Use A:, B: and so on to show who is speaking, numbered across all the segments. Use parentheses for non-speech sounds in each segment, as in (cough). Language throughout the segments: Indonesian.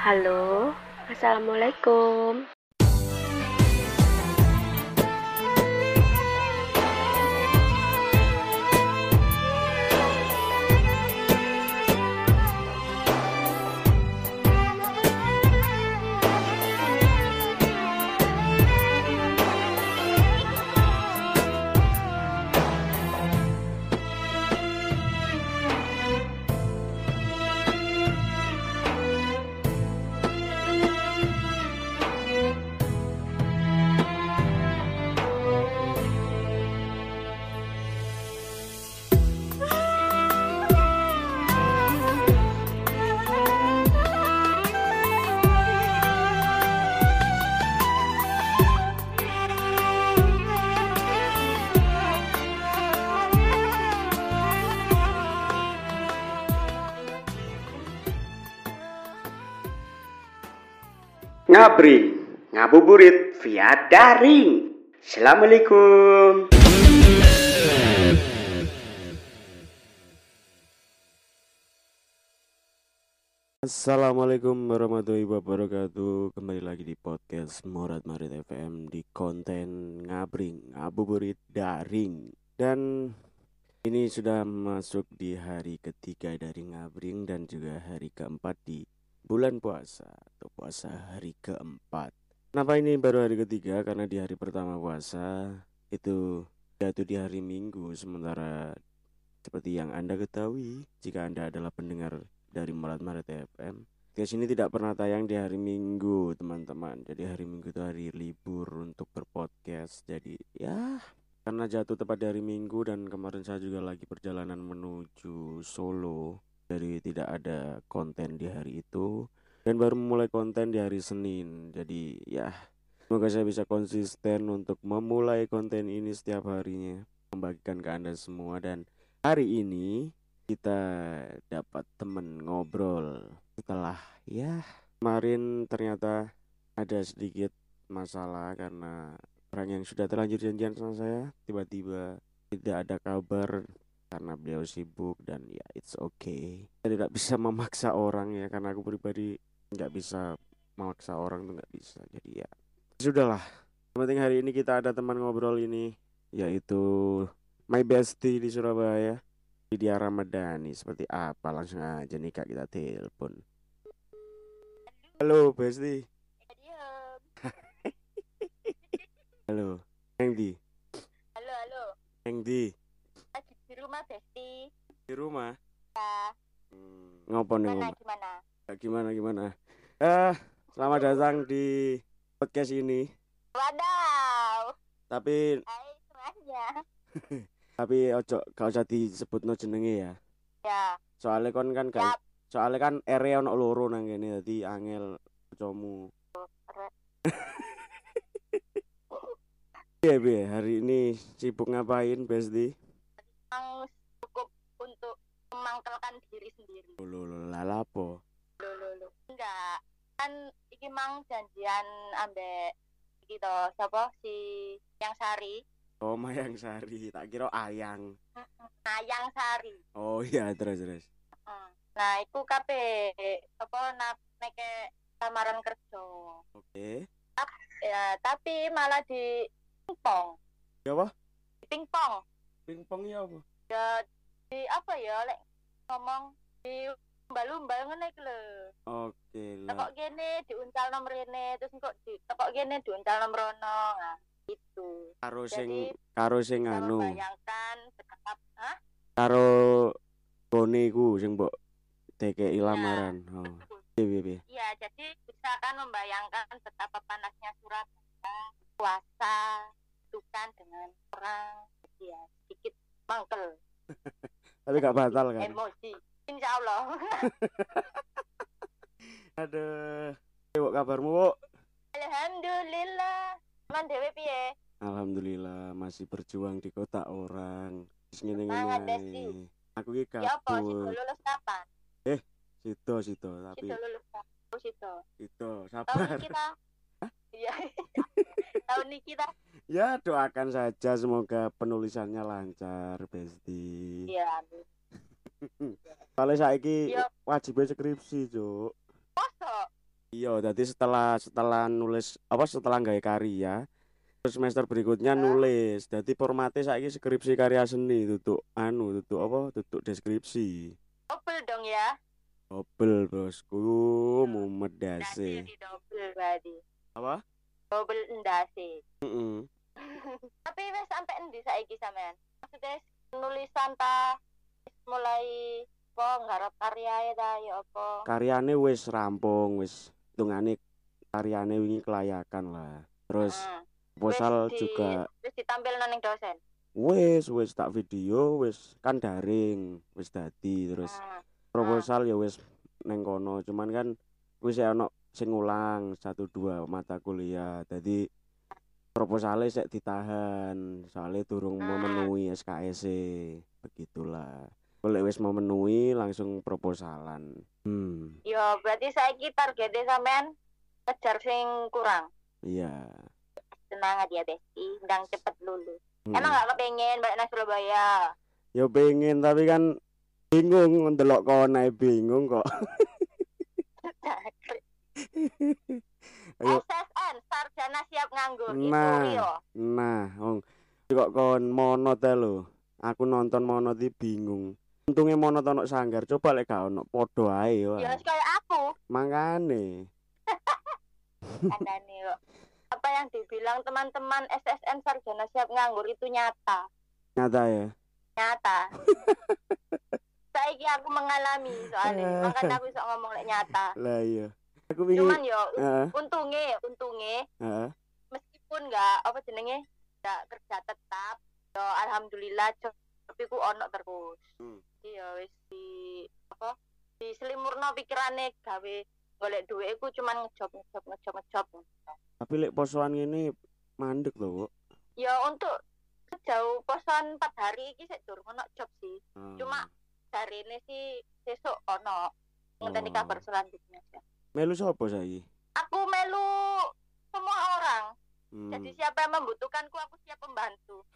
A: Halo, Assalamualaikum.
B: Ngabri, ngabuburit via daring. Assalamualaikum.
C: Assalamualaikum warahmatullahi wabarakatuh Kembali lagi di podcast Morat Marit FM Di konten ngabring, ngabuburit, daring Dan ini sudah masuk di hari ketiga dari ngabring Dan juga hari keempat di bulan puasa Atau puasa hari keempat Kenapa ini baru hari ketiga? Karena di hari pertama puasa Itu jatuh di hari minggu Sementara seperti yang anda ketahui Jika anda adalah pendengar dari Marat Maret FM. Podcast ini tidak pernah tayang di hari Minggu, teman-teman. Jadi hari Minggu itu hari libur untuk berpodcast. Jadi ya karena jatuh tepat di hari Minggu dan kemarin saya juga lagi perjalanan menuju Solo. Jadi tidak ada konten di hari itu dan baru mulai konten di hari Senin. Jadi ya semoga saya bisa konsisten untuk memulai konten ini setiap harinya, membagikan ke Anda semua dan hari ini kita dapat temen ngobrol setelah ya kemarin ternyata ada sedikit masalah karena orang yang sudah terlanjur janjian sama saya tiba-tiba tidak ada kabar karena beliau sibuk dan ya it's okay saya tidak bisa memaksa orang ya karena aku pribadi nggak bisa memaksa orang tuh nggak bisa jadi ya sudahlah yang penting hari ini kita ada teman ngobrol ini yaitu my bestie di Surabaya Lydia Ramadhani seperti apa langsung aja nih kak kita telepon halo Besti halo Neng di
D: Halo, halo.
C: Neng di
D: Lagi di rumah Besti.
C: di rumah
D: Ya,
C: Hmm, ngopo nih
D: gimana
C: ngomong
D: gimana?
C: gimana gimana eh selamat datang di podcast ini
D: Wadaw.
C: tapi
D: Hai semuanya.
C: tapi ojo gak usah disebut no jenenge ya
D: Ya,
C: soalnya kon kan guys soalnya kan area ono loro nang kene dadi angel bocomu Iya, Bi, hari ini sibuk ngapain, Besti?
D: emang cukup untuk memangkelkan diri sendiri.
C: Lho, lho, lah, lah, apa?
D: Lho, lho, lho. Enggak. Kan iki mang janjian ambek iki to, sapa si Yang Sari?
C: Oh, Mayang Sari, tak kira Ayang.
D: Nah, Yang Sari.
C: Oh iya, terus terus.
D: Hmm. Nah, iku kabeh apa nak neke lamaran kerja.
C: Oke.
D: Ya, tapi malah di pingpong,
C: Ya apa?
D: di pingpong.
C: Pingpong ya apa?
D: ya di apa ya lek ngomong di lumba-lumba ngene iki lho.
C: Oke lah.
D: Tekok kene diuncal nomor rene terus kok di tekok kene diuncal nomor ono. Nah, itu.
C: Karo
D: Jadi
C: sing karo sing
D: bisa
C: anu,
D: membayangkan betapa Hah?
C: karo gone iku sing mbok tekeki lamaran. Oh. Iya, iya, iya.
D: Iya, jadi bisa kan membayangkan betapa panasnya Surabaya, puasa, bukan dengan orang ya sedikit mangkel
C: Tapi gak batal kan?
D: emosi. Insya Allah. (laughs)
C: Aduh. Eh, Wak, kabarmu, Wak?
D: Alhamdulillah. Cuman dewe piye?
C: Alhamdulillah masih berjuang di kota orang. Wis
D: Semangat,
C: ngene-ngene.
D: Besti.
C: ae. Aku iki
D: Ya apa sih
C: kabur.
D: lulus kapan?
C: Sito, sito,
D: Situ
C: tapi
D: lulus kampus itu.
C: sito,
D: Tahun
C: sabar.
D: ini kita. Iya. (laughs) Tahun ini kita.
C: Ya doakan saja semoga penulisannya lancar, Besti.
D: Iya. amin.
C: Soalnya saiki
D: Iya.
C: wajibnya skripsi, Cuk.
D: Mosok
C: Iya, jadi setelah setelah nulis apa setelah nggawe karya, terus semester
D: Ah.
C: berikutnya nulis. Jadi formatnya saiki skripsi karya seni tutuk anu tutuk apa tutuk deskripsi.
D: double dong ya.
C: Dobel bosku, mumet
D: Ndase
C: dase.
D: di double berarti.
C: Ya Apa?
D: Double ndase.
C: Mm-mm.
D: Tapi wes sampai endi saiki sampean? Maksudnya penulisan ta wis mulai apa nggarap karya ya ta ya apa?
C: Karyane wis rampung, wis hitungane karyane wingi kelayakan lah. Terus
D: Hmm.
C: proposal
D: Wis di-
C: juga
D: Wis ditampilno ning dosen.
C: wis wis tak video wis kan daring wis dadi terus
D: Hmm.
C: proposal ya wis neng kono cuman kan wis ya ono sing ulang satu dua mata kuliah jadi proposalnya sik ditahan soalnya durung
D: Ah.
C: memenuhi SKS begitulah boleh wis memenuhi langsung proposalan hmm
D: Ya berarti saiki targetnya sampean kejar sing kurang.
C: iya
D: Semangat ya Besti, ndang cepet lulus.
C: Hmm.
D: Emang gak kepengen balik nang Surabaya?
C: ya pengen tapi kan bingung ndelok kono ae bingung kok (laughs) Ayo.
D: SSN sarjana siap nganggur
C: Nah.
D: itu yo
C: Nah, wong kok kon mono ta lho. Aku nonton mono ti bingung. Untunge mono ta ono sanggar, coba lek gak ono padha ae
D: ya
C: wae.
D: harus kayak
C: (laughs)
D: aku
C: Mangane.
D: kandane yo apa yang dibilang teman-teman SSN sarjana siap nganggur itu nyata
C: Nyata ya. (laughs)
D: nyata saiki aku mengalami
C: (laughs)
D: soalnya makanya aku bisa ngomong lek nyata
C: Lah iya. Aku
D: cuman
C: wingi
D: yo
C: heeh,
D: untunge untunge
C: heeh.
D: meskipun nggak apa jenenge nggak kerja tetap yo alhamdulillah tapi ku ono terus
C: Hmm.
D: iya wis di apa di selimurno pikirane gawe golek duit ku cuman ngejob ngejob ngejob ngejob
C: Tapi lek posoan ngene mandek lho, Wak.
D: ya untuk sejauh poson 4 hari iki sik durung ono job sih
C: Ah.
D: Cuma- hari ini sih sesuk ono ngenteni
C: Oh.
D: kabar selanjutnya
C: melu sapa saiki?
D: aku melu semua orang
C: Hmm.
D: jadi siapa yang membutuhkanku aku siap membantu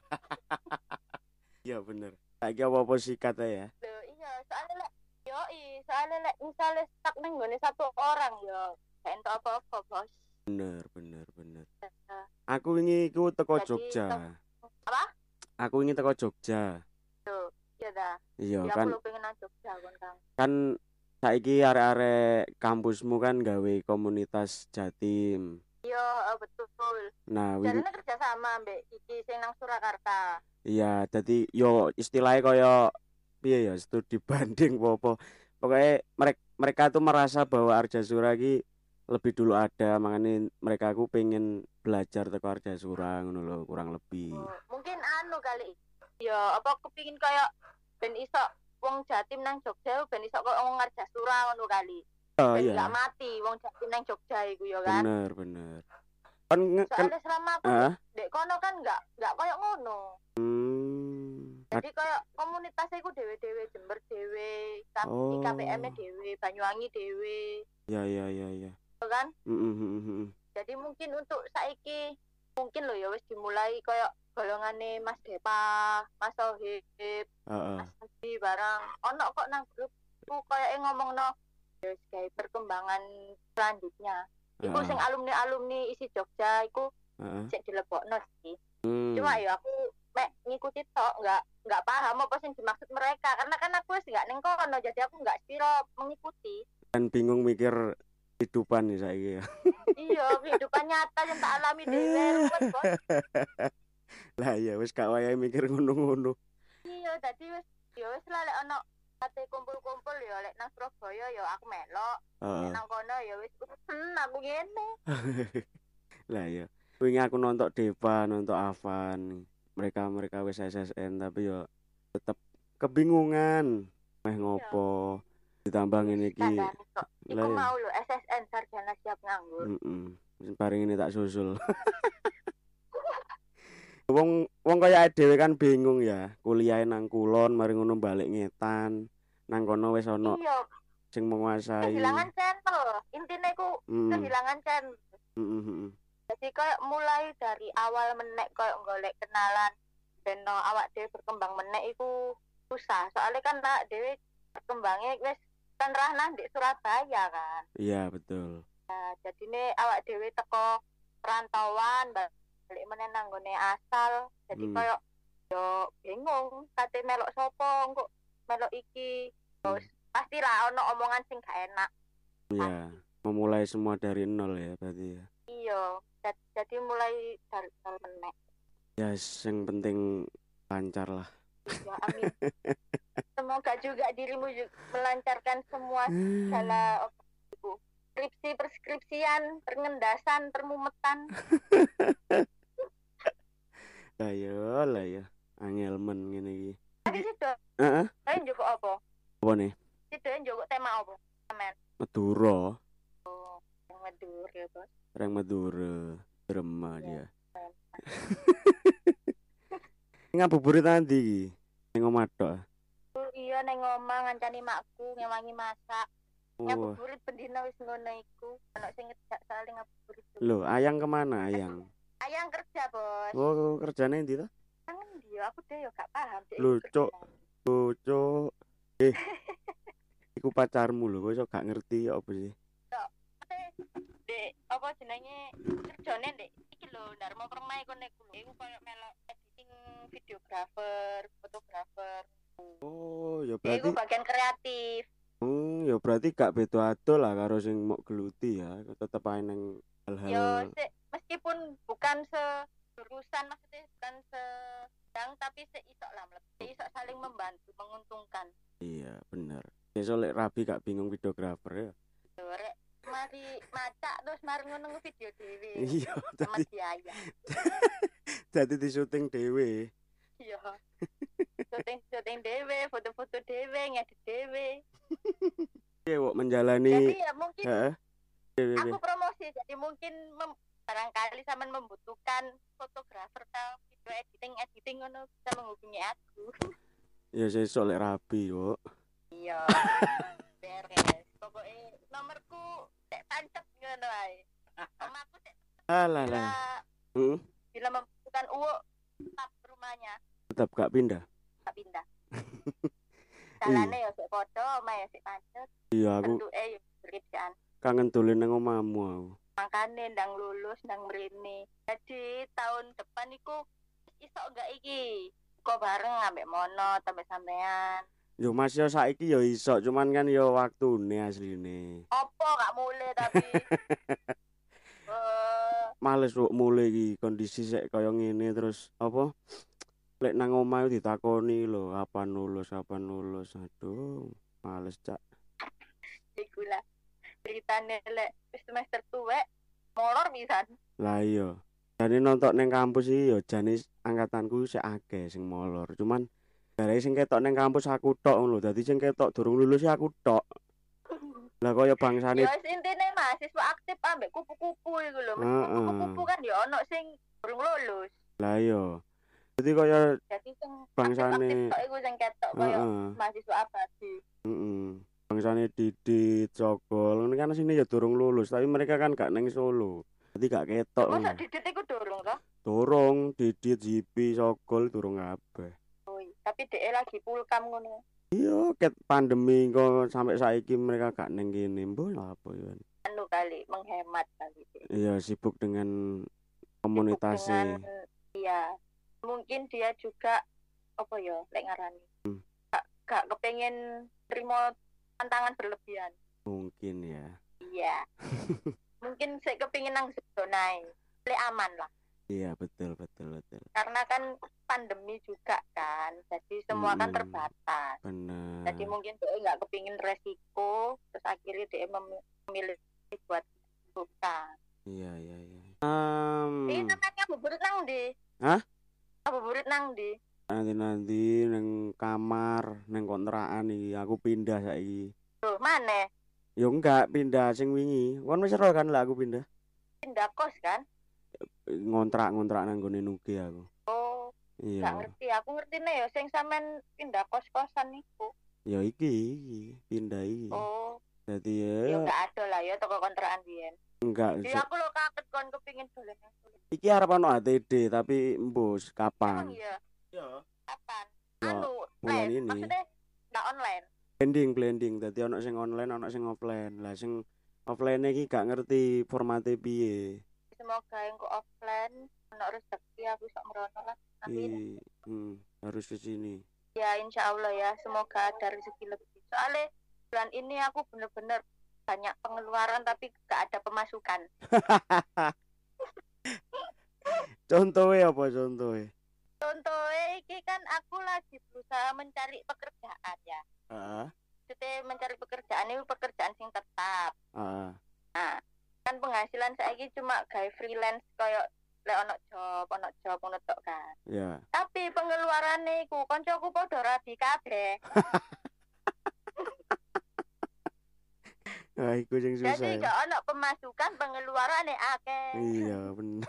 C: iya bener. Saiki apa-apa sikat ae ya.
D: Loh, iya soalnya lek yo soalnya lek misalnya stuck neng nggone satu orang yo gak entuk apa-apa bos
C: Bener, bener, bener. Aku wingi iku teko
D: Jadi,
C: Jogja.
D: apa?
C: Aku wingi teko Jogja.
D: iya dah
C: Iya
D: ya
C: kan.
D: aku lu pengen nang Jogja kon kang
C: kan saiki arek-arek kampusmu kan gawe komunitas Jatim.
D: iya eh, betul
C: Nah, wingi
D: jadinya kerja sama mbak iki sing nang Surakarta
C: iya dadi yo istilahnya kaya piye ya studi (laughs) banding apa Pokoknya mereka mereka tuh merasa bahwa Arjasura ki lebih dulu ada, makanya mereka aku pengen belajar teko Arjasura ngono lho, kurang lebih.
D: Oh, mungkin anu kali ya apa aku pingin kayak ben iso wong Jatim nang Jogja ben iso koyo wong Ngarjasura ngono kali
C: Oh
D: ben
C: iya,
D: gak mati wong Jatim nang Jogja iku ya kan
C: bener bener. Kan nge- kan
D: soalnya selama aku
C: ah,
D: dek kono kan gak gak koyo ngono
C: hmm,
D: jadi koyo komunitasnya iku dewe-dewe Jember dewe K-
C: Oh.
D: IKPM-nya dewe Banyuwangi dewe
C: ya ya ya ya.
D: ya kan
C: Mm, mm, mm, mm, mm.
D: jadi mungkin untuk saiki mungkin lho ya wis dimulai koyo golongane Mas Depa Mas Sohib
C: Ah, ah.
D: di barang ono kok nang grup ku koyoke ngomongno terus kayak perkembangan selanjutnya iku
C: Ah,
D: sing alumni alumni isi Jogja iku
C: ah, ah.
D: cek dilebokno sih
C: Hmm.
D: cuma ya aku mek ngikuti tok nggak nggak paham apa sing dimaksud mereka karena kan aku wis nggak neng kono jadi aku nggak siro mengikuti
C: kan bingung mikir kehidupan nih saya ya. (laughs)
D: iya kehidupan nyata yang tak alami dhewe ruwet, Bos.
C: Lah ya wis gak wayahe mikir ngono-ngono.
D: iya tadi wis ya wis lah lek ono kate kumpul-kumpul ya lek nang Surabaya ya aku melok
C: Heeh.
D: lek nang kono ya wis urusan aku ngene
C: Lah ya. Wingi aku nonton Deva, nonton Avan. Mereka-mereka wis SSN tapi ya tetep kebingungan meh ngopo ditambah ngene iki.
D: Kandhane kok. Iku
C: Lah ya.
D: mau lho SSN sarjana siap nganggur.
C: Heeh. Bareng ini tak susul. (laughs) wong wong kaya awake dhewe kan bingung ya, kuliah nang kulon mari ngono balik ngetan. Nang kono wis ana
D: Iya,
C: sing menguasai.
D: kehilangan channel. Intinya iku
C: Mm,
D: kehilangan channel.
C: mm, mm, mm.
D: Jadi kayak mulai dari awal menek kayak golek kenalan ben no awak dhewe berkembang menek iku susah. Soalnya kan tak dhewe berkembangnya wis tenrahna di Surabaya kan.
C: Iya betul.
D: Nah, jadi nih awak dewi teko perantauan balik meneh nang nggone asal. Jadi
C: Hmm.
D: koyo yo bingung kate melok sopo kok melok iki. Terus pastilah ono omongan sing gak enak.
C: Iya. Memulai semua dari nol ya berarti ya.
D: Iya, jad- jadi mulai dari dari menek.
C: Ya yang penting lancar lah.
D: Ya amin. Semoga juga dirimu ju- melancarkan semua segala op- ibu. skripsi perskripsian, pengendasan, permumetan.
C: Lah ya, lah ya. Angel men ngene iki.
D: Tapi sido,
C: Heeh.
D: kalian juga apa?
C: Apa nih?
D: Sido yang juga tema apa?
C: Madura,
D: Yang Madura ya, Bos.
C: orang Madura, drama dia. (laughs) Ngabuburit nanti iki. Ning omah tok.
D: Oh, iya neng ngomong ngancani makku ngewangi masak.
C: Wah.
D: Ngabuburit pendina wis ngono iku. Ono sing ngejak saling ngabuburit.
C: Loh, Ayang kemana Ayang?
D: Ayang kerja, Bos.
C: Oh, kerjane ndi ta?
D: Kangen dia, aku deh yo gak paham. Dia
C: Lho,
D: kerja.
C: Cok. Loh, Cuk. Eh. Iku pacarmu lho, kok iso gak ngerti ya apa sih?
D: dek apa jenenge kerjane dek iki lho Darmo Permai kono iku lho iku koyo melok editing videographer, fotografer.
C: Oh,
D: Ya,
C: ya berarti
D: Iku bagian kreatif.
C: Hmm, ya berarti gak beda adoh lah karo sing mok geluti ya, tetep ae nang
D: Yo
C: hal-hal
D: se, meskipun bukan se jurusan maksudnya bukan se bidang tapi se isok lah mleb. Se isok saling membantu, menguntungkan.
C: iya bener. Sesuk lek rabi gak bingung videografer ya.
D: Lho rek mari macak terus mari ngono video dhewe.
C: (laughs) Iya,
D: Sama
C: dadi
D: biaya.
C: dadi di syuting dhewe. (laughs)
D: Iya. Syuting-syuting dhewe, foto-foto dhewe, ngedit dhewe.
C: Piye kok menjalani
D: Jadi ya mungkin
C: heeh. Piye, piye,
D: aku promosi jadi mungkin mem- barangkali sampean membutuhkan fotografer atau video editing editing ngono bisa menghubungi aku
C: piye? Ya sesuk lek rabi kok. (laughs)
D: iya beres pokoknya nomorku tak tancap ngono ae omaku tak
C: Alah
D: bila,
C: lah, Hmm?
D: bila membutuhkan uwo tetap rumahnya
C: tetep gak pindah.
D: tak
C: (laughs)
D: pindah Jalannya ya sik podo, omah ya sik pancet,
C: Iya, aku
D: bentuke ya beribaan.
C: kangen dolen nang omahmu aku.
D: makane ndang lulus ndang mrene jadi tahun depan iku iso enggak iki kok bareng ambek mono tambah sampean
C: Yo Mas yo saiki yo iso, cuman kan yo waktune asline.
D: opo gak mulai tapi Eh,
C: males kok mulai iki kondisi sek kaya ngene terus apa lek nang omah iku ditakoni lho kapan lulus kapan lulus aduh males cak
D: iku lah ceritane lek wis semester tuwek molor pisan
C: lah iya jane nonton neng kampus iki ya jane angkatanku sik akeh sing molor cuman dari sing ketok neng kampus aku tok ngono lho dadi sing ketok durung lulus ya aku tok lah kaya bangsane
D: ya wis intine mahasiswa aktif ambek kupu-kupu iku lho meskipun
C: Heeh.
D: kupu-kupu kan ya ono sing durung lulus
C: lah iya dadi kaya
D: jadi sing aktif
C: bangsane
D: tok iku sing ketok koyo
C: heeh
D: mahasiswa abadi
C: Heeh. Bangsane Didi, Cokol, ini kan sini ya durung lulus, tapi mereka kan gak neng Solo. Jadi gak ketok.
D: masa
C: ngono.
D: didit iku durung toh
C: Durung Didi, Jipi, Cokol durung kabeh.
D: tapi DE lagi pulkam ngono.
C: Iya, ket pandemi kok sampai saiki mereka gak neng kene. Mbok lah apa ya.
D: Anu kali menghemat kali. Sibuk
C: Iya, sibuk dengan e. komunitasnya.
D: dengan- Iya. Mungkin dia juga apa ya lek ngarani. Gak, gak kepengen terima tantangan berlebihan.
C: Mungkin ya.
D: Iya. Mungkin saya kepengen nang zona Lek aman lah.
C: Iya, betul betul betul.
D: Karena kan pandemi juga kan. Jadi semua kan
C: Mm-mm.
D: terbatas.
C: Benar.
D: Jadi mungkin dia nggak kepingin resiko, terus akhirnya dia mem- memilih buat buka.
C: Iya, iya, iya. Um,
D: Ini Iya, namanya ngabuburit nang ndi?
C: Hah?
D: Ngabuburit nang ndi?
C: nanti-nanti neng kamar, neng kontrakan iki aku pindah saiki.
D: Loh, mana?
C: Yo enggak pindah sing wingi. Kon wis ero kan lah aku pindah.
D: Pindah kos kan?
C: Ngontrak-ngontrak nang gone Nuge aku.
D: Oh, nggak
C: Iya.
D: ngerti. Aku ngerti nih ya, sing sampean pindah kos-kosan niku.
C: Ya iki, iki pindah iki.
D: Oh,
C: Dadi
D: ya
C: ya
D: nggak ada lah ya toko kontrakan biyen.
C: enggak
D: Jadi
C: se-
D: aku lo kaget kon kepingin dolen nang dolen.
C: iki arep ono ATD tapi
D: Emang
C: embus kapan?
D: iya,
C: Ya.
D: kapan?
C: Ya,
D: Anu,
C: bulan
D: online.
C: ini.
D: Maksudnya nggak online.
C: blending blending dadi ono sing online ono sing offline lah sing offline iki gak ngerti formate piye
D: semoga engko offline ono rezeki aku sok merono lah amin
C: I- hmm, harus ke sini (laughs)
D: ya insya Allah ya semoga ada rezeki lebih soalnya bulan ini aku bener-bener banyak pengeluaran tapi gak ada pemasukan
C: contohnya apa contohnya
D: contohnya ini kan aku lagi berusaha mencari pekerjaan ya
C: ah
D: Maksudnya mencari pekerjaan ini pekerjaan sing tetap
C: ah
D: Nah, kan penghasilan saiki cuma gawe freelance koyo lek ono job, ono job ngono tok kan.
C: ya
D: Tapi pengeluarane iku kancaku padha rabi kabeh.
C: ah iku sing susah
D: Jadi
C: ya.
D: gak ono pemasukan pengeluarane akeh.
C: iya bener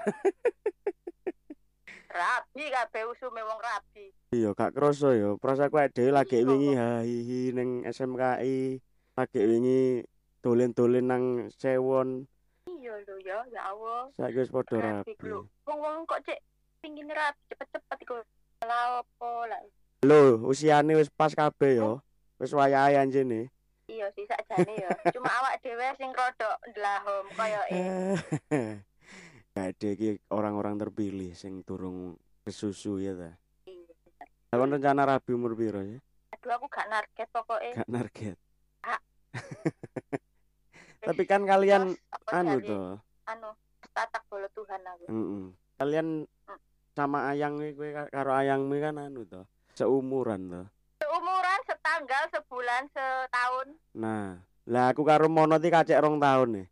D: Rabi kabeh usume wong rabi.
C: iya gak kroso ya prasaku dhewe lagi
D: Iya.
C: wingi hahihi ning SMKI lagi wingi dolen-dolen nang Sewon
D: Iya lho ya, ya Allah.
C: saiki wis padha
D: Rabi
C: rabi
D: ku. Wong-wong kok cek pingin rabi cepet-cepet iku. Lah opo lah.
C: lho usiane wis pas kabeh ya wis wayahe anjene
D: Iya sih sakjane
C: (laughs)
D: ya. Cuma awak dhewe sing rodok ndlahom koyoke.
C: Gade iki orang-orang terpilih sing durung kesusu ya ta. Lah kon rencana rabi umur piro ya?
D: Aduh aku gak target pokoke.
C: Gak target.
D: Ah.
C: Tapi kan kalian
D: Terus aku
C: anu
D: cari-
C: to.
D: anu tatak bolo Tuhan aku
C: Heeh. Kalian
D: Ah.
C: sama ayang iki kowe ka- karo ayangmu kan anu to. Seumuran to.
D: seumuran setanggal sebulan setahun
C: Nah, lah aku karo Mono iki kacek rong tahun e. nih.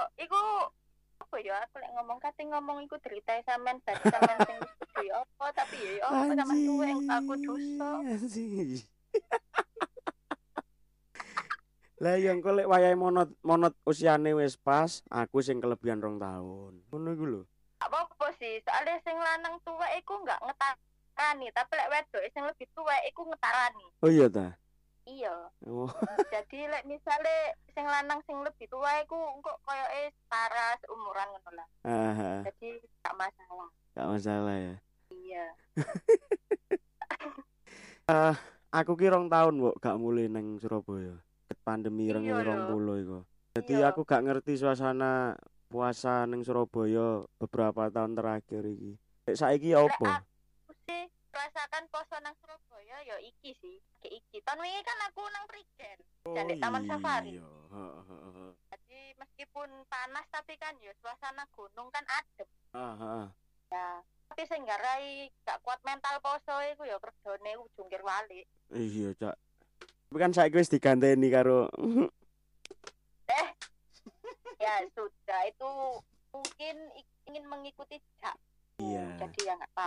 D: oh, iku apa ya aku lek ngomong kate ngomong iku derita sampean bar sampean
C: (laughs)
D: sing wis kudu ya apa tapi ya ya apa sampean tuwe yang aku dosa
C: Anjing. (laughs) Lah yang kok lek wayahe monot monot usiane wis pas, aku sing kelebihan rong tahun. Ngono iku lho.
D: gak apa-apa sih soalnya sing lanang tuwa iku gak ngetarani tapi lek wedok sing lebih tuwa iku ngetarani
C: Oh iya ta. (laughs)
D: iya
C: Oh,
D: jadi lek misale sing lanang sing lebih tuwa iku kok koyoke setara seumuran ngono lah
C: ah,
D: jadi gak masalah
C: gak masalah ya. (laughs)
D: iya
C: Eh, Aku ki rong tahun kok gak mulai nang Surabaya. Ket Pandemi
D: Iya
C: rong
D: lho.
C: rong puluh iku. Jadi
D: Iya.
C: aku gak ngerti suasana puasa nang Surabaya beberapa tahun terakhir iki. Lek saiki ya
D: Lek
C: opo?
D: aku sih merasakan poso nang Surabaya ya iki sih kayak iki tahun wingi kan aku nang Prigen dan di Taman Safari.
C: Oh, iya. Ha, ha, ha.
D: jadi meskipun panas tapi kan ya suasana gunung kan adem
C: Ah, ah, ah.
D: ya tapi sing gak rai gak kuat mental poso iku ya kerjane jungkir walik
C: Iya, Cak. Tapi kan saiki wis diganteni karo
D: ya sudah itu mungkin i- ingin mengikuti jejak
C: Iya.
D: jadi ya nggak apa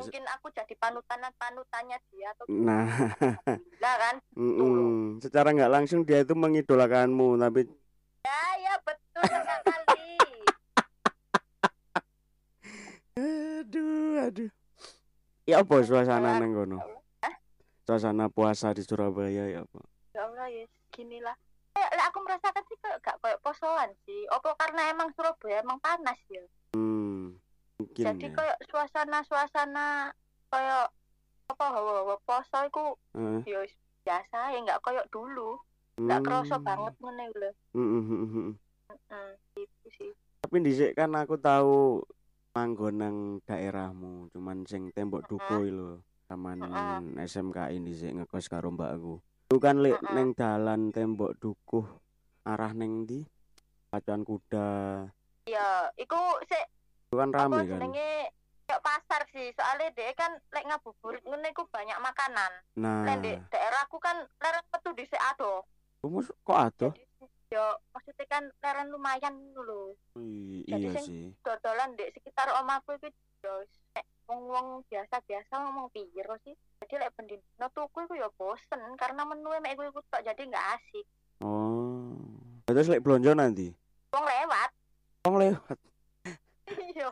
D: mungkin aku jadi panutan panutannya dia atau
C: Nah, (laughs)
D: gila kan
C: mm-mm. secara nggak langsung dia itu mengidolakanmu, tapi
D: ya ya betul
C: (laughs)
D: sekali
C: aduh, aduh. Ya apa suasana nang kono? Suasana puasa di Surabaya ya apa?
D: ya Allah ya gini lah kayak lah aku merasakan sih kayak gak kayak posoan sih opo karena emang Surabaya emang panas ya
C: Hmm. Mungkin
D: jadi
C: ya.
D: kayak suasana suasana kayak apa hawa-hawa poso itu
C: Heeh.
D: ya wis biasa ya nggak kayak dulu nggak
C: Hmm.
D: kerasa banget ngene lho
C: Mm, mm, mm, mm.
D: Heeh, gitu sih
C: Tapi dhisik kan aku tahu manggon nang daerahmu, cuman sing tembok duko iki lho. Taman
D: Mm-mm.
C: SMKI dhisik ngekos karo mbakku. Lu kan lek
D: Mm-mm.
C: neng dalan tembok dukuh arah neng di pacuan kuda.
D: ya iku sik
C: Itu kan
D: apa
C: rame kan.
D: jenenge kayak pasar sih soalnya dia kan lek ngabuburit ngene iku banyak makanan
C: Nah,
D: lek di daerahku kan lereng metu dhisik adoh
C: rumus kok adoh?
D: Jadi, yo maksudnya kan leren lumayan dulu
C: I-
D: jadi
C: Iya
D: sing-
C: sih.
D: dodolan di sekitar omahku itu yo nek wong-wong biasa-biasa ngomong piro sih jadi lek ben dino tuku iku yo bosen karena menu e mek iku iku tok jadi nggak asik
C: Oh. Lah Terus lek blonjo nanti.
D: wong lewat (laughs)
C: Wong lewat.
D: yo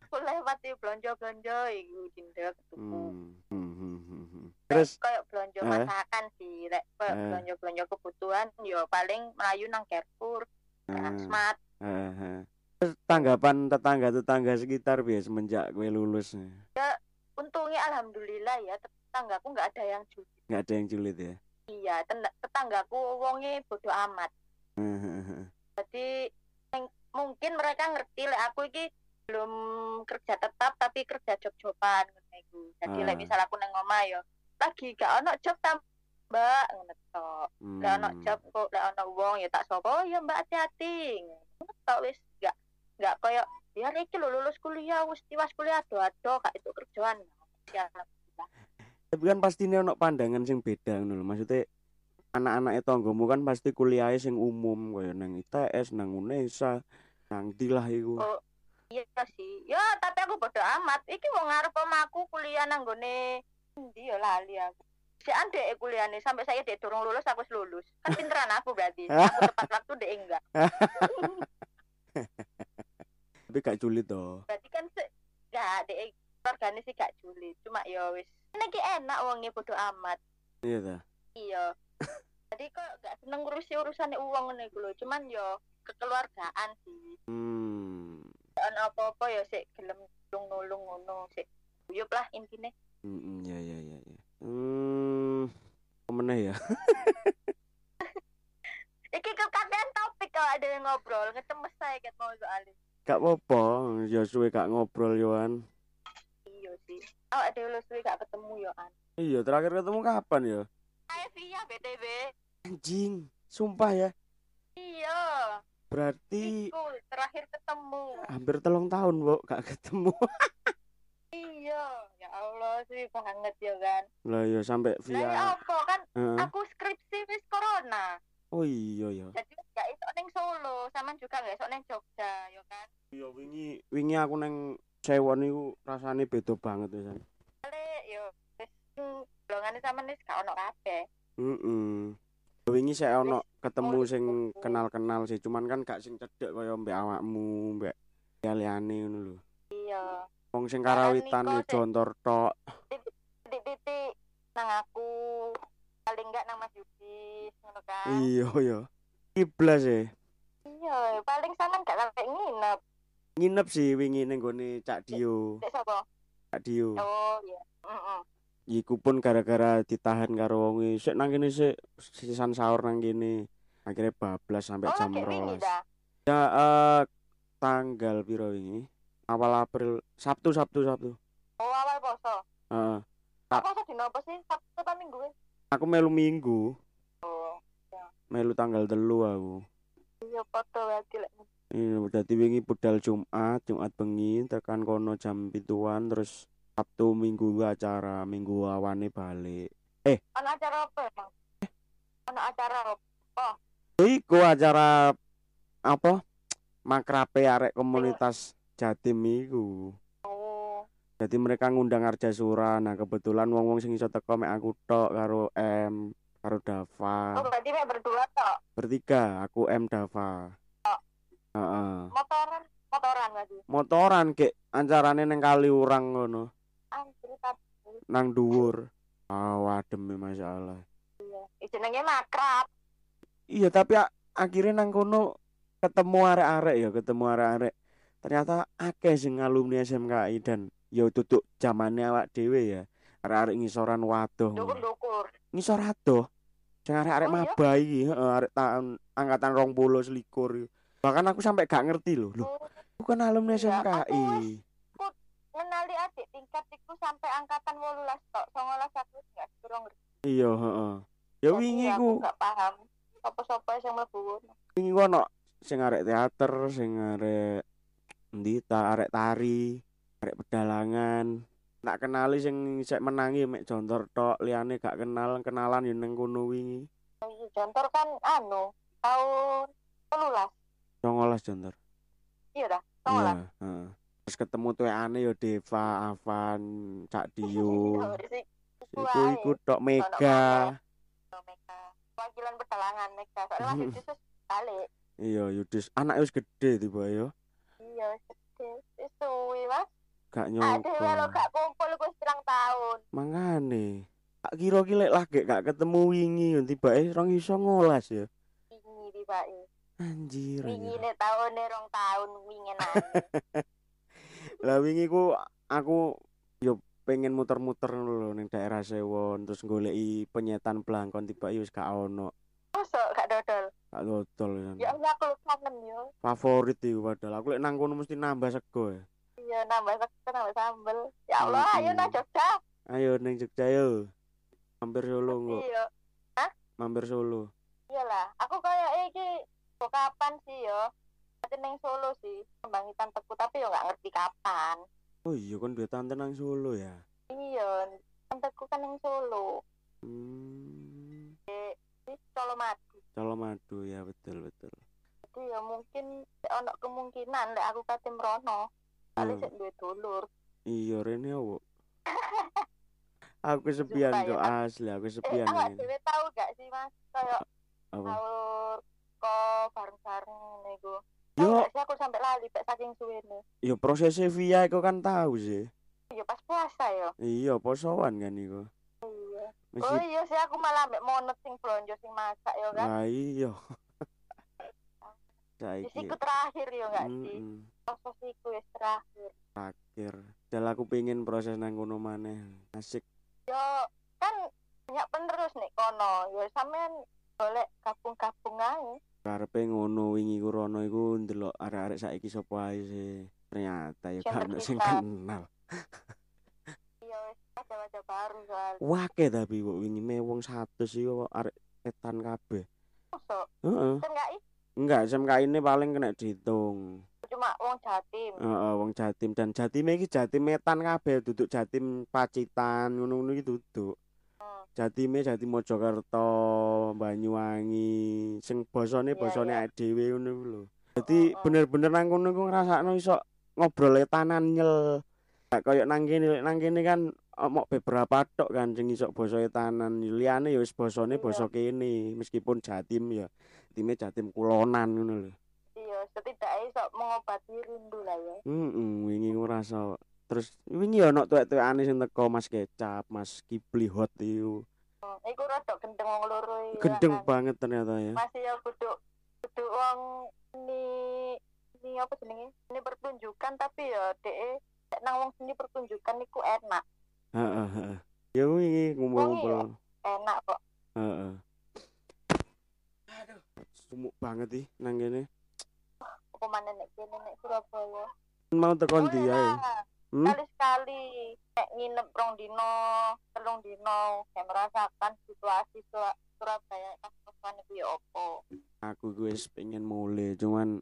D: aku lewat di blonjo-blonjo iku dinda ketemu
C: Hmm. Hmm, hmm, hmm, hmm.
D: Terus
C: Terus
D: koyo blonjo
C: Eh?
D: masakan sih, lek koyo
C: Eh.
D: blonjo-blonjo kebutuhan yo paling melayu nang Carrefour, nang
C: eh,
D: Smart.
C: eh, eh. Terus tanggapan tetangga-tetangga sekitar biasa semenjak gue lulus
D: Untungnya alhamdulillah ya tetanggaku nggak ada yang judi.
C: nggak ada yang julid ya
D: iya ten- tetanggaku wonge bodoh amat
C: Eh,
D: jadi meng- mungkin mereka ngerti lek aku iki belum kerja tetap tapi kerja job-joban ngono iku. Jadi lek
C: Ah.
D: misal aku nang omah yo lagi gak ono job ta Mbak ngono tok.
C: Hmm.
D: Lek ono job kok lek ono wong ya tak sapa "Oh, ya Mbak hati-hati. Ngono tok wis gak gak koyo ya iki lho lulus kuliah wis tiwas kuliah ado-ado gak itu kerjaan. Ya
C: Tapi kan pastinya ono pandangan sing beda ngono lho. Maksudnya anak-anak tanggamu kan pasti kuliahnya sing umum kaya nang ITS, nang UNESA, nang ndi lah iku.
D: Oh, iya sih. Ya, tapi aku bodo amat. Iki mau ngarep omaku kuliah nang gone ndi ya lali aku. Si andek kuliahnya sampai saya dek dorong lulus aku wis lulus. Kan pinteran aku berarti. Aku tepat waktu dek enggak.
C: Tapi gak sulit toh.
D: Berarti kan se enggak dek organis sih gak juli. Cuma ya wis. Ini iki enak wongnya bodo amat.
C: Iya ta.
D: Iya. Jadi kok gak seneng ngurusi urusannya uang ngene iku lho. Cuman yo kekeluargaan sih.
C: Hmm.
D: Ono apa-apa ya sik gelem nulung-nulung ngono sik. Yuk lah intine.
C: Mm, mm, ya ya ya ya. Hmm. apa meneh ya. (laughs)
D: Iki kekadean topik kalau ada yang ngobrol, ngecemes saya ket mau soalnya.
C: Gak apa-apa, ya suwe gak ngobrol yoan.
D: Iya sih. Oh, ada yang suwe gak ketemu yo an.
C: Iya, terakhir ketemu kapan ya?
D: Saya via BTW.
C: Anjing, sumpah ya.
D: Iya.
C: Berarti
D: Iku terakhir ketemu.
C: hampir telung tahun, Mbok, gak ketemu. (laughs)
D: Iya. Ya Allah sih banget ya kan.
C: Lah ya sampai
D: Lah ya
C: via.
D: apa kan
C: Heeh.
D: aku skripsi wis corona.
C: Oh iya ya.
D: Jadi gak iso ning Solo, sama juga gak iso ning Jogja yo kan.
C: Ya wingi wingi aku neng Sewon niku rasane beda banget pisan.
D: Kale yo ya, wis hmm, golongane sama nis gak ono kabeh.
C: Heeh. Wingi saya ono ketemu
D: oh,
C: sing
D: oh.
C: kenal-kenal sih, cuman kan gak sing cedek kaya mbek awakmu, mbek liane ngono lho.
D: Iya.
C: Wong sing
D: Jalan
C: karawitan
D: Niko
C: yo
D: sih.
C: jontor tok.
D: Titik-titik nang aku paling gak nang Mas Yudis ngono kan.
C: Iya ya. Iblas e.
D: Iya, paling sampean gak sampai nginep.
C: Nginep sih wingi ning gone Cak Dio,
D: Dek sapa?
C: Cak Dio.
D: Oh, iya. Heeh.
C: Iku pun gara-gara ditahan karo wonge, sik nang kene sik sisan sahur nang kene. Akhirnya bablas sampai
D: Oh,
C: jam
D: lagi wingi
C: 12.
D: dah.
C: Ya eh, tanggal piro wingi? Awal April, Sabtu Sabtu Sabtu.
D: Oh, awal poso.
C: Heeh. Ah.
D: Kok poso dino apa sih? Sabtu ta Minggu wis?
C: aku melu minggu,
D: Oh,
C: melu tanggal telu aku.
D: iya foto berarti lek.
C: Iya, berarti wingi budal Jumat, Jumat bengi tekan kono jam pituan terus Sabtu minggu acara, minggu awane balik.
D: Ono acara apa emang?
C: Eh.
D: Ono acara apa?
C: Iku acara apa? Makrape arek komunitas Jatim iku.
D: Oh,
C: Jadi mereka ngundang Arja Sura. Nah, kebetulan wong-wong sing iso teko mek aku tok karo M, karo Dava.
D: oh berarti mek berdua tok.
C: Bertiga, aku M Dava. Heeh.
D: Motoran, motoran berarti.
C: Motoran kek acarane neng kali urang ngono,
D: Anjir, tapi
C: nang dhuwur. Ah, wadem masalah.
D: Ih, jenenge Eh, makrab.
C: Iya, tapi a- akhirnya nang kono ketemu arek-arek ya, ketemu arek-arek. Ternyata akeh sing alumni SMKI dan ya tutuk zamannya awak dhewe ya. Arek-arek ngisoran wadoh. ngono.
D: Dukur-dukur.
C: ngisor adoh sing arek-arek
D: Oh, iya?
C: maba iki heeh arek tahun angkatan 20 selikur iki. bahkan aku sampai gak ngerti loh loh
D: Oh,
C: bukan alumni
D: Iya, aku
C: SMKI
D: Ngenali adik tingkat iku sampai angkatan 18 tok. 19 aku gak durung
C: iya heeh ya
D: Jadi
C: wingi
D: aku
C: ku
D: gak paham apa-apa yang mlebu ngono.
C: wingi ku ono sing arek teater sing arek endi ta arek tari arek pedalangan tak kenali sing sik menangi mek jontor tok liyane gak kenal kenalan yo neng kono wingi
D: Iya, Jontor kan anu tahun 13
C: 19 jontor
D: iya dah 13
C: Iya, heeh. Terus ketemu tuh aneh yo Deva, Avan, Cak
D: (laughs) Iya,
C: Dio. Nah, Iku iku tok Mega.
D: Wakilan iya, pedalangan Mega soalnya masih
C: (laughs)
D: khusus balik
C: Iya, Yudis. Anak wis gede tiba yo.
D: iya gede Wis suwi mas
C: Gak
D: ada kalau
C: nyongko.
D: gak kumpul gue selang tahun
C: Mangane. Tak kira ki lek lagi gak ketemu wingi yo tibake rong iso ngolas yo.
D: wingi di bae
C: Anjir.
D: wingi
C: anjir.
D: ne tahun ne rong tahun wingi nang
C: Lah wingi ku aku yo pengen muter-muter lho ning daerah Sewon terus goleki penyetan blangkon tiba wis gak ono.
D: Masuk gak dodol.
C: Gak dodol.
D: Ya
C: Ya.
D: Allah aku kangen yo.
C: Favorit iku padahal aku lek nang kono mesti nambah sego. ya.
D: Iya nambah sego nambah sambel. Ya Allah
C: Aduh.
D: ayo nang Jogja.
C: Ayo ning Jogja yo. Mampir Solo kok,
D: Iya.
C: mampir Solo.
D: Iyalah, aku kayak iki kok kapan sih yo? Tapi neng Solo sih, kembang teku tapi yo nggak ngerti kapan.
C: Oh iya kon duwe tante nang Solo ya.
D: Iya, teku kan neng Solo.
C: Hmm.
D: Di Solo mati.
C: Calo madu ya betul betul.
D: Jadi ya mungkin ono kemungkinan lek aku kate mrono. Kali
C: Hmm.
D: sik duwe dulur.
C: Iya rene
D: (laughs)
C: opo? aku kesepian
D: Sumpah ya,
C: cok
D: aku-
C: asli
D: Eh,
C: aku kesepian
D: awak
C: ini.
D: dhewe tahu gak sih Mas? Kayak
C: Apa?
D: sahur kok bareng-bareng ngene iku. Tahu
C: Yo
D: gak sih aku sampai lali pek saking suwene.
C: yo prosesnya via iku kan tahu sih.
D: Iya pas puasa yo.
C: Iya posoan kan iku.
D: Iya.
C: Wis
D: Oh iya sih aku malah ambek monet sing blonjo sing masak yo kan.
C: Lah
D: (laughs)
C: iya.
D: Wis
C: Saiki. mm,
D: iku terakhir yo gak sih?
C: Mm-mm.
D: Proses iku wis terakhir.
C: Akhir. Dal aku pengen proses nang kono maneh. Asik.
D: Yo kan banyak penerus nih kono. Yo sampean golek gabung-gabung ae.
C: Karepe ngono wingi ku rono iku ndelok arek-arek saiki sapa ae sih. Ternyata ya
D: Siapa
C: gak ono sing
D: kita?
C: kenal.
D: Iya wis wajah-wajah baru soal.
C: Wake tapi kok wingi me wong 100 iku kok arek etan kabeh.
D: Mosok
C: Heeh.
D: kan gak iso
C: Enggak, SMK ini paling kena dihitung.
D: cuma wong Jatim.
C: Heeh, wong Jatim dan Jatime iki Jatim metan kabeh, duduk Jatim Pacitan ngono-ngono iki duduk.
D: Oh.
C: Jatime Jatim Mojokerto, Banyuwangi, sing basane
D: Iya,
C: basane
D: iya. Oh,
C: awake dhewe ngono iku lho. Dadi
D: Heeh.
C: bener-bener nang kono iku ngrasakno iso ngobrol etanan nyel. Gak koyo nang kene, lek nang kene kan eh, mok beberapa tok kan sing iso basa etanan. Liyane ya wis
D: Iya.
C: basane basa kene, meskipun Jatim ya time Jatim kulonan ngono lho.
D: Iya, setidaknya iso mengobati rindu lah ya.
C: Heeh, wingi ngrasa terus wingi ya ono tuwek-tuwekane sing teko Mas Kecap, Mas Kibli Hot iku.
D: Hmm, Iku rodok gendeng wong loro ya.
C: Gendeng
D: kan.
C: banget ternyata ya.
D: Masih ya kudu kudu wong ini ini apa jenenge? Ini pertunjukan tapi ya dhek dhek nang wong seni pertunjukan iku enak.
C: Heeh, heeh. Ya wingi ngumpul-ngumpul.
D: Enak kok.
C: Heeh. Aduh, sumuk banget iki nang kene.
D: Apa mana nek kene nek Surabaya.
C: Mau teko
D: Boleh
C: ndi ae?
D: lah,
C: Hmm?
D: Kali-sekali nek nginep rong dino, telung dino, kayak merasakan situasi Sura- Surabaya pas kosan iku ya opo.
C: Aku iku wis pengen mulai, cuman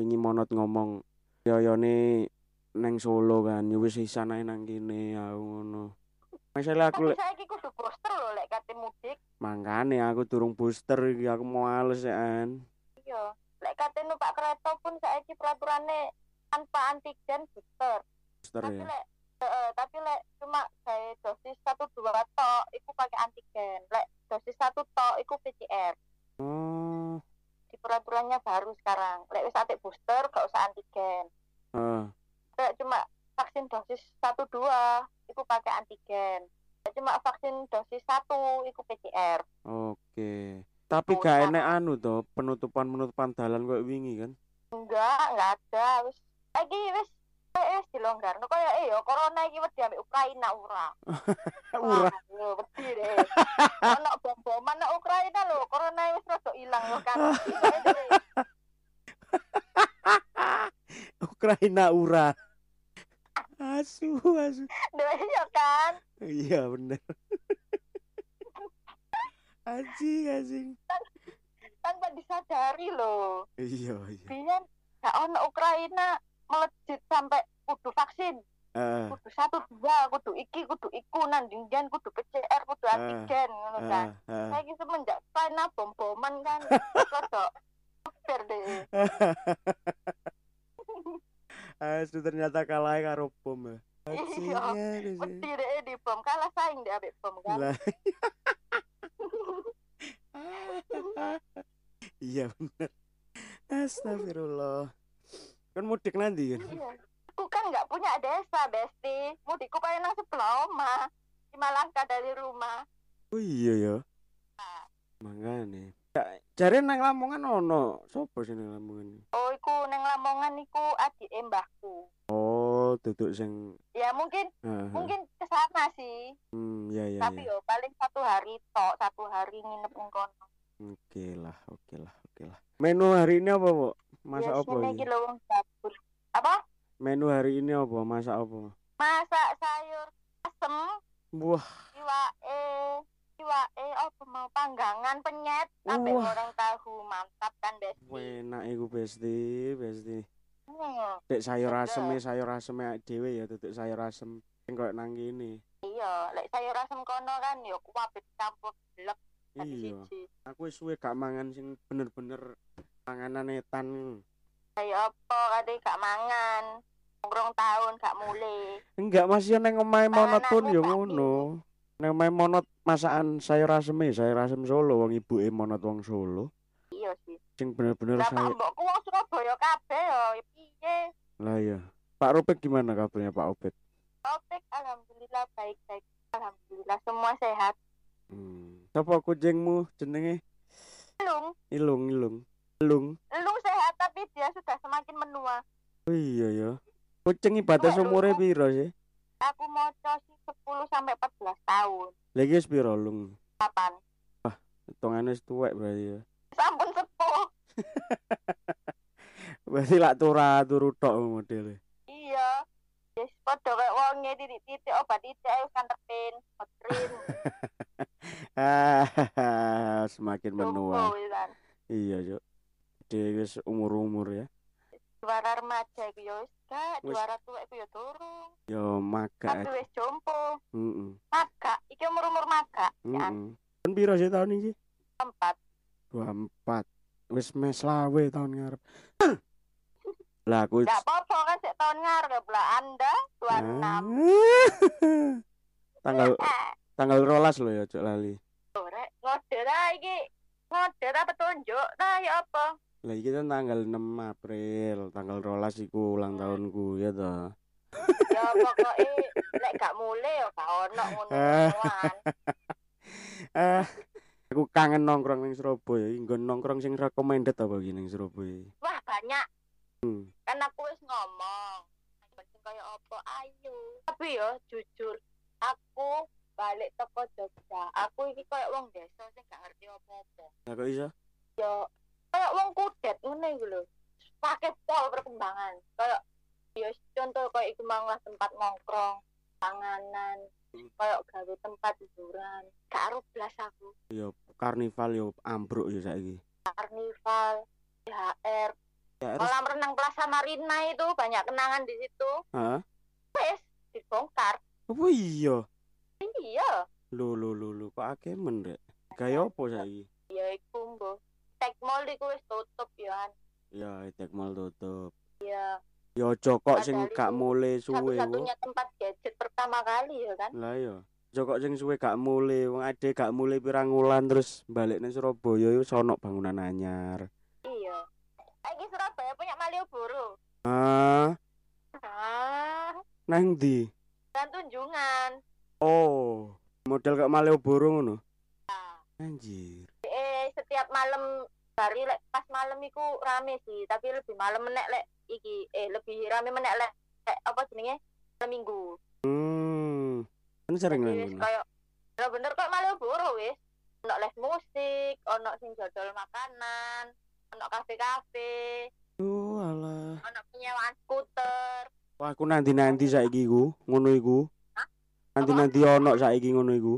C: wingi monot ngomong yoyone neng Solo kan, ya wis isan ae nang kene aku ngono. Masalah
D: Tapi (laughs)
C: aku lek-
D: saiki kudu booster lho lek kate mudik.
C: Makane aku durung booster iki aku mau ales ya an.
D: Iya, lek kate numpak kereta pun saiki peraturannya tanpa antigen booster.
C: Booster
D: Tapi
C: ya.
D: lek eh, tapi lek cuma gawe dosis 1 2 tok iku pakai antigen. Lek dosis 1 tok iku PCR.
C: Oh.
D: Di peraturannya baru sekarang. Lek wis atik booster gak usah antigen.
C: eh,
D: Lek cuma vaksin dosis 1 2 iku pakai antigen. Lek cuma vaksin dosis 1 iku PCR.
C: oke. Tapi
D: Mau
C: gak
D: tak-
C: enek anu to, penutupan-penutupan dalan koyo wingi kan.
D: Enggak, enggak ada. Wis lagi wis eh, wis dilonggarno kaya eh yo corona iki wedi ambek Ukraina ora. Wah,
C: Ora.
D: Lho wedi deh. Ono bom-boman nang Ukraina lho, corona wis rada ilang lho kan.
C: (laughs) Ukraina ura. Asu, asu.
D: Dhewe yo kan.
C: Iya bener. (laughs) Anjing, anjing.
D: Tanpa disadari lho.
C: Iya, iya.
D: Biyen gak ono Ukraina melejit sampai kudu vaksin,
C: Heeh.
D: kudu satu dua, kudu iki, kudu iku, nanding jan, kudu PCR, kudu
C: Ah,
D: antigen ngono kan.
C: heeh, heeh.
D: Saiki semenjak Ukraina bom-boman kan rada super deh.
C: Asu ternyata kalah karo bom ya. Anjing,
D: Iya.
C: anjing.
D: Wedi deh di bom kalah saing deh ambek bom kan.
C: Lah. (laughs) Iya bener. Astagfirullah. Kan mudik nanti kan?
D: Iya. Aku kan nggak punya desa, Besti. Mudikku paling nang sebelah oma. Lima langkah dari rumah.
C: Oh iya ya. Mangane. Ya, Jare nang Lamongan ono sapa sih nang Lamongan?
D: Oh, iku neng Lamongan iku adik mbahku.
C: Oh, oh duduk sing
D: ya mungkin
C: ah, ah.
D: mungkin ke sana sih
C: hmm ya ya
D: tapi
C: ya.
D: yo paling satu hari tok satu hari nginep ning kono
C: oke lah oke lah oke lah menu hari ini apa bu masak apa
D: biasanya
C: ini
D: Ya, iki lho wong dapur apa
C: menu hari ini apa masak apa
D: masak sayur asem
C: wah
D: iwake iwake apa mau panggangan penyet sampai
C: Wah.
D: goreng tahu mantap kan besti
C: enak iku besti besti
D: Hmm,
C: Dek sayur
D: Sedap.
C: asem sayur asem dhewe ya duduk sayur asem sing koyo nang kene
D: iya lek sayur asem kono kan yo kuwabit campur blek tadi
C: iya
D: siji
C: aku wis suwe gak mangan sing bener-bener panganan etan
D: Kayak ya apa kate gak mangan. Rong tahun gak mulai.
C: Enggak masih neng omahe
D: Pangananmu
C: monot pun ya
D: tak
C: ngono. Neng omahe monot masakan sayur aseme, sayur asem Solo wong ibuke monot wong Solo.
D: Iya sih.
C: Sing bener-bener
D: Lah
C: saya
D: Pak mbokku wong Surabaya kabeh yo. Ya Piye?
C: lah ya. Pak Rupik gimana kabarnya Pak Opet?
D: Topik alhamdulillah baik-baik. Alhamdulillah semua sehat.
C: Hmm. Sapa kucingmu jenenge?
D: Lung,
C: Ilung, ilung. Ilung.
D: Lung sehat tapi dia sudah semakin menua.
C: Oh iya ya. Kucing iki batas
D: Tuwek, Lung.
C: umure piro sih?
D: Aku mau sih 10 sampai 14 tahun.
C: Lah iki wis piro lung?
D: Kapan?
C: Hitungane wis tuwek berarti ya.
D: Sampun sepuh.
C: Berarti lak tura turu tok e. modele.
D: Iya. Wis padha kaya wonge titik-titik obat titik ayo kan kanterpin, hotrin,
C: Ah, (laughs) semakin (laughs) menua.
D: jumbo wisan.
C: Iya, Cuk. Dhewe wis umur-umur ya.
D: Juara remaja iku yo wis gak,
C: Wis.
D: juara tuwek iku yo turun.
C: Yo
D: tapi
C: maga.
D: wis jompo
C: Heeh.
D: maga iki umur umur maga ya
C: Heeh. Kan piro sih tahun iki?
D: empat
C: 24. Wis mes lawe tahun
D: (clears throat)
C: ngarep. lah aku
D: gak apa-apa kan sik tahun ngarep lah anda dua enam
C: Ah. Hmm. (laughs) tanggal
D: eh
C: tanggal rolas lo ya cok lali
D: sore ngode lah iki ngode lah petunjuk nah ya apa
C: lah iki kan tanggal 6 April tanggal rolas iku ulang tahunku ya toh
D: ya pokoknya lek gak mulai ya gak ono
C: (laughs)
D: ngono ngonoan
C: ah aku kangen nongkrong ning Surabaya iki nggon nongkrong sing recommended apa iki ning Surabaya
D: wah banyak
C: hmm.
D: kan aku wis ngomong sing kaya apa ayo tapi yo jujur aku balik teko Jogja aku iki kaya wong desa sing gak ngerti apa-apa
C: lah kok iso
D: yo kayak wong kudet ngono iku lho. Pakai pol perkembangan. Kayak yo contoh kayak iku mang lah tempat nongkrong, panganan, kayak gawe tempat hiburan. Gak aruh blas aku.
C: yo karnival yo ambruk yo saiki
D: Karnival, THR,
C: ya terus
D: kolam renang Plaza Marina itu banyak kenangan di situ.
C: Heeh.
D: Wes dibongkar.
C: apa iya
D: Iya,
C: Lho lho lho lho kok akeh men rek. Gawe opo saiki?
D: ya iku mbo. Tek mall iku wis tutup yo an.
C: Ya etek mal tutup.
D: Ya,
C: Ya aja kok sing
D: Padahal
C: gak
D: itu
C: mule suwe wo.
D: satu-satunya tempat gadget pertama kali ya kan.
C: Lah ya. Aja kok sing suwe gak mule, wong ade gak mule pirang wulan terus balik nang Surabaya wis ana bangunan anyar.
D: Iya. Iki Surabaya punya Malioboro.
C: Ah,
D: Ah,
C: nang ndi?
D: dan tunjungan.
C: Oh, model kok Malioboro ngono. Anjir.
D: Eh, setiap malam hari lek pas malam iku rame sih, tapi lebih malam menek lek iki eh lebih rame menek lek lek apa jenenge? Malam Minggu.
C: Hmm. Kan sering
D: Jadi
C: nang
D: wis
C: kono.
D: koyo Lah bener kok Malioboro wis. Ono les musik, ono sing jodol makanan, ono kafe-kafe,
C: Oh, alah.
D: ono penyewaan skuter.
C: Wah, aku nanti-nanti saiki iku, ngono iku. Nanti-nanti ono saiki ngono iku.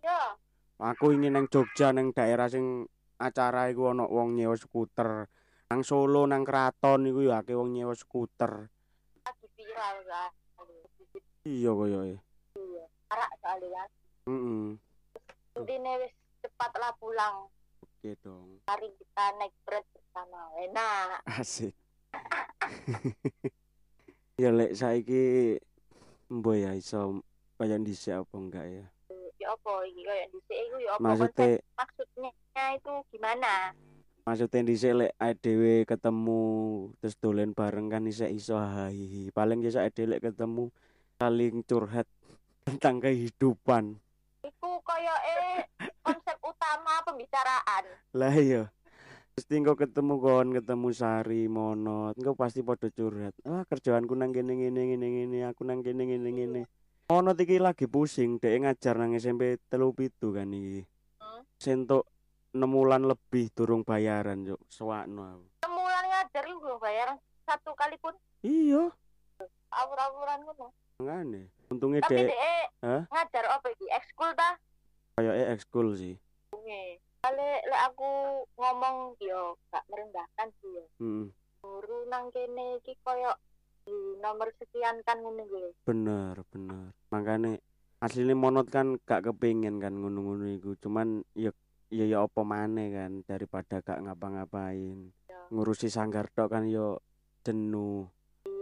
D: Yo,
C: Aku ingin nang Jogja nang daerah sing acara iku ana wong nyewa skuter. Nang Solo nang Kraton iku ya akeh wong nyewa skuter.
D: lagi viral kan.
C: Iya e. koyoke.
D: Arak soalnya kan.
C: Heeh.
D: Intinya wis cepatlah pulang.
C: Oke dong.
D: mari kita naik berat bersama Eh, nah, enak
C: Asik. (laughs) ya lek saiki mbo ya iso kaya dhisik apa enggak ya.
D: ya apa ini kayak di sini itu ya apa konsep
C: Maksudnya
D: maksudnya itu gimana
C: maksudnya dhisik lek awake dhewe ketemu terus dolen bareng kan isih iso hahihi. Paling ya sak dhewe lek ketemu saling curhat (laughs) tentang kehidupan.
D: itu kayak eh konsep utama pembicaraan
C: Lah iya. Mesti engko ketemu kon, ketemu Sari, Monot, engko pasti padha curhat. Ah, kerjaanku nang kene ngene ngene ngene, aku nang kene ngene ngene. Monot iki lagi pusing, dhek ngajar nang SMP 37 kan iki.
D: Hmm.
C: Sentuk 6 wulan lebih durung bayaran, Cuk. Sewakno aku.
D: Semulan ngajar lu belum bayar satu kali pun
C: Iya,
D: awur-awuran ngono.
C: ngene. Untungnya
D: Tapi
C: dhek
D: dhek
C: Hah?
D: ngajar apa iki? Ekskul ta?
C: kayoke ekskul sih.
D: Bunge. Kali lek aku ngomong yo gak merendahkan sih ya.
C: Heeh,
D: Guru nang kene iki koyo di nomor sekian kan ngono iki.
C: bener, bener. Makane asline Monot kan gak kepingin kan ngono-ngono iku, cuman ya ya ya apa maneh kan daripada gak ngapa-ngapain. Ngurusi sanggar tok kan yo jenuh.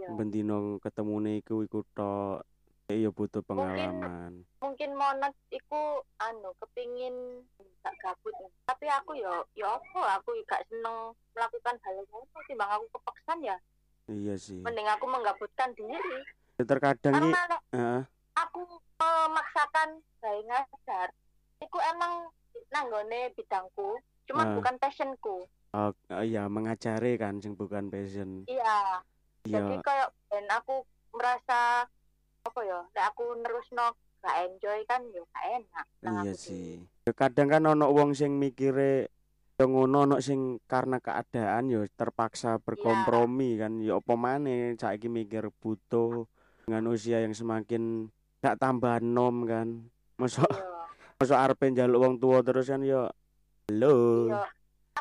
D: Iya.
C: bendino ketemune iku iku tok Dek ya butuh pengalaman
D: Mungkin monet iku anu kepingin gak gabut. Tapi aku yo yo apa aku gak seneng melakukan hal yang itu timbang aku kepeksan ya.
C: iya sih
D: Mending aku menggabutkan diri.
C: Ya, terkadang iki
D: Karena lek
C: heeh
D: aku memaksakan gaya ngajar itu emang nanggone bidangku cuman
C: Ah.
D: bukan passionku
C: oh, oh, iya mengajari kan sing bukan passion
D: iya jadi
C: iya
D: kayak ben aku merasa apa ya nek aku nerusno gak enjoy kan yo gak enak Nah,
C: iya
D: aku
C: sih Ya, kadang kan ono wong sing mikire ya ngono ono sing karena keadaan ya terpaksa berkompromi kan ya apa maneh saiki mikir butuh dengan usia yang semakin gak tambah nom kan mosok (laughs)
D: Iya.
C: mosok arepe njaluk wong tua terus kan ya halo
D: Iya.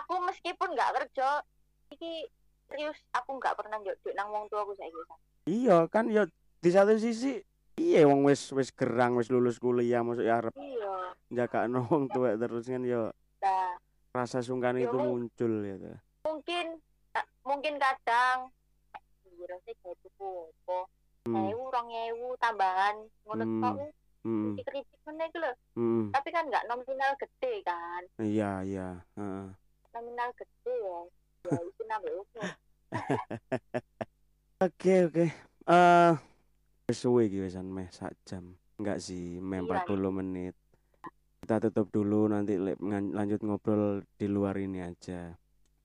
D: aku meskipun gak kerja iki serius aku gak pernah njuk nang wong tuaku saiki
C: Iya kan ya di satu sisi iya wong wis wis gerang wis lulus kuliah masuk ya arep
D: iya
C: jagakno (laughs) wong tuwek terus kan ya
D: nah
C: rasa sungkan
D: Yo,
C: itu
D: Mas.
C: muncul ya ta.
D: mungkin eh, mungkin kadang Iya, sih kayak gitu.
C: Hmm,
D: ewu rong ewu tambahan ngono
C: Hmm.
D: tok
C: hmm,
D: dikritik ngene iki lho
C: hmm.
D: tapi kan nggak nominal gede kan
C: Iya iya, heeh.
D: nominal gede ya
C: (laughs)
D: ya itu nambah itu
C: Oke oke. Eh wis suwe iki wisan meh sak jam. Enggak sih, meh
D: Iya.
C: 40 menit. Kita tutup dulu nanti le- ngan- lanjut ngobrol di luar ini aja.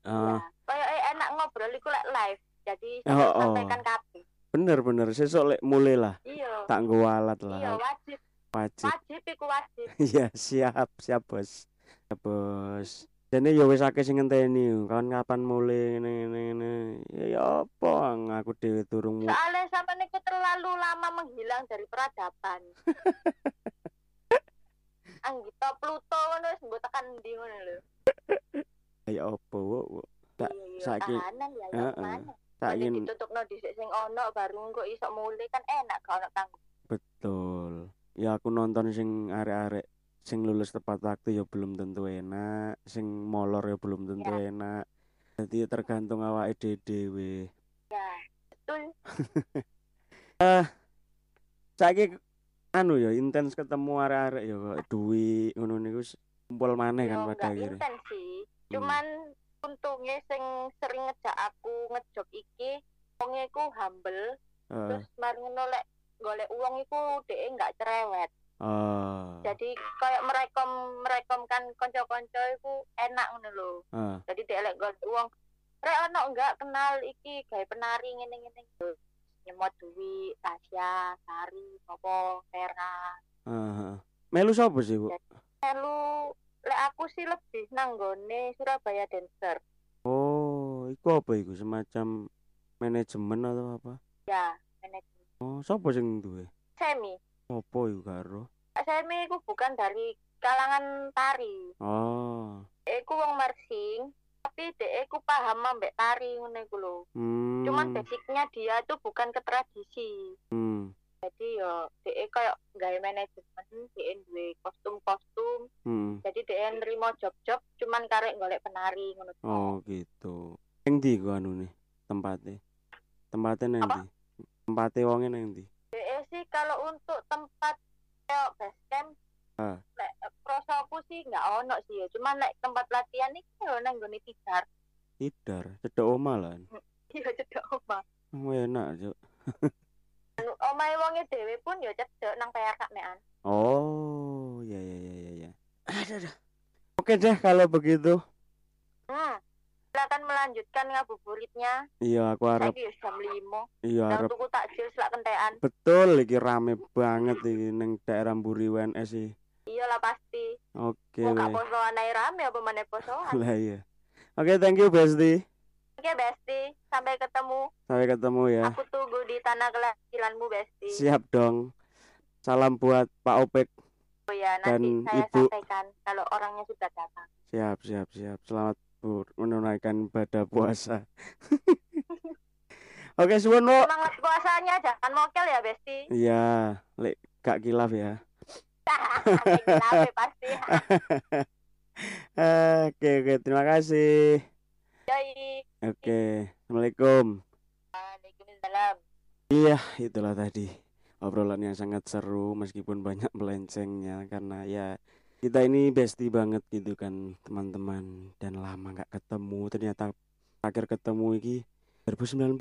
C: Eh
D: ya kayak eh, enak ngobrol iku lek live jadi
C: Oh,
D: sampai
C: oh.
D: sampaikan kabeh
C: bener-bener sesuk lek mulai lah,
D: iya
C: tak nggo alat
D: iya
C: lah.
D: wajib
C: Wajib (laughs)
D: wajib iku wajib
C: Iya siap siap bos siap bos jadi ya wis akeh sing ngenteni kawan kapan mulai ngene ngene ngene ya ya apa aku dhewe durung mu-
D: soalnya sama niku terlalu lama menghilang dari peradaban
C: (laughs)
D: Anggito Pluto ngono wis mbok tekan ndi ngono lho
C: ya apa wo- wo. Tak,
D: Iya, iya,
C: saiki-
D: tahanan ya ya
C: Heeh.
D: kemana
C: tak
D: Nanti
C: ingin
D: ditutupno dhisik sing ono baru engko iso mulih kan enak gak ono tanggung
C: betul ya aku nonton sing arek-arek sing lulus tepat waktu ya belum tentu enak sing molor ya belum tentu enak jadi tergantung awake dhewe dhewe
D: Ya, betul.
C: saiki anu ya intens ketemu arek-arek ya kok duit ngono niku s- kumpul maneh
D: Yo,
C: kan
D: nggak
C: pada akhirnya Hmm.
D: intens sih. Cuman untungnya sing sering ngejak aku ngejob iki, wonge ku humble,
C: Heeh.
D: terus mari ngono lek golek uang iku dhek nggak cerewet.
C: Ah,
D: Jadi kayak merekom merekomkan kanca-kanca iku enak ngono lho.
C: ah,
D: Jadi dhek lek golek uang, rek ono enggak kenal iki gawe penari ngene-ngene. Terus Nyemot duit, Tasya, Sari, Popo, Vera,
C: ah. Melu sapa sih, Bu?
D: Lalu lek aku sih lebih nanggone Surabaya dancer.
C: Oh, iku apa iku semacam manajemen atau apa?
D: Ya, manajemen
C: Oh, sapa sing duwe?
D: semi.
C: Apa iku karo?
D: Kak Semi iku bukan dari kalangan tari.
C: Oh.
D: Dek Iku wong marsing, tapi dek iku paham ambek tari ngono iku lho.
C: Hmm.
D: Cuman basicnya dia itu bukan ke tradisi.
C: hmm.
D: Jadi yo dek kayak gawe manajemen, dek duwe kostum-kostum.
C: hmm.
D: Jadi dek nrimo job-job cuman karek golek penari ngono.
C: Oh, gitu. Ning ndi iku anune? Tempate. Tempate nang
D: Apa?
C: ndi? Tempate wonge nang ndi?
D: DE E sih kalau untuk tempat kayak base camp
C: Ah.
D: lek prosoku sih nggak ono sih ya cuman lek tempat latihan iki lho nang gone tidar (laughs)
C: Tidar, cedhok omah lan.
D: iya cedok omah
C: Oh, enak, Cuk.
D: Anu, omahe wonge dhewe pun ya cedok nang perak mekan
C: Oh, ya ya ya ya ya. Aduh, aduh. Oke deh kalau begitu.
D: hmm silakan melanjutkan ngabuburitnya.
C: Iya, aku harap
D: Saiki wis jam 5.
C: iya
D: Nang
C: harap
D: tuku takjil selak kentekan.
C: betul iki rame banget iki ning daerah Mburi WNS iki.
D: Iyalah Iya pasti.
C: Oke
D: Mau gak
C: weh.
D: posoan ae rame apa meneh posoan.
C: Iya, (laughs) Lah iya. Oke, thank you Besti.
D: Oke, Besti, sampai ketemu.
C: Sampai ketemu ya.
D: Aku tunggu di tanah kelahiranmu, Besti.
C: Siap dong. Salam buat Pak Opek.
D: Oh ya, nanti
C: Dan
D: saya
C: Ibu.
D: sampaikan kalau orangnya sudah datang.
C: Siap, siap, siap. Selamat ber- menunaikan ibadah puasa. (laughs) Oke, suwun, Wo.
D: Semangat puasanya jangan mokel ya, Besti.
C: (laughs) Iya, lek gak kilaf ya.
D: (laughs) Kenapa pasti.
C: Oke, oke, terima kasih.
D: Yoi.
C: Oke, Assalamualaikum.
D: Waalaikumsalam.
C: Iya, itulah tadi obrolan yang sangat seru meskipun banyak (laughs) melencengnya karena ya kita ini bestie banget gitu kan teman-teman dan lama nggak ketemu ternyata terakhir ketemu iki 2019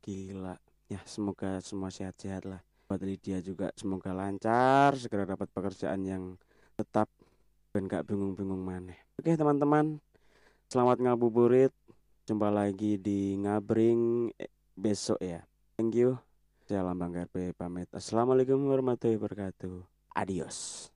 C: gila ya semoga semua sehat-sehat lah buat Lydia juga semoga lancar segera dapat pekerjaan yang tetap dan nggak bingung-bingung maneh oke teman-teman selamat ngabuburit jumpa lagi di ngabring eh, besok ya Thank you. Saya Lambang Garbe pamit. Assalamualaikum warahmatullahi wabarakatuh. Adios.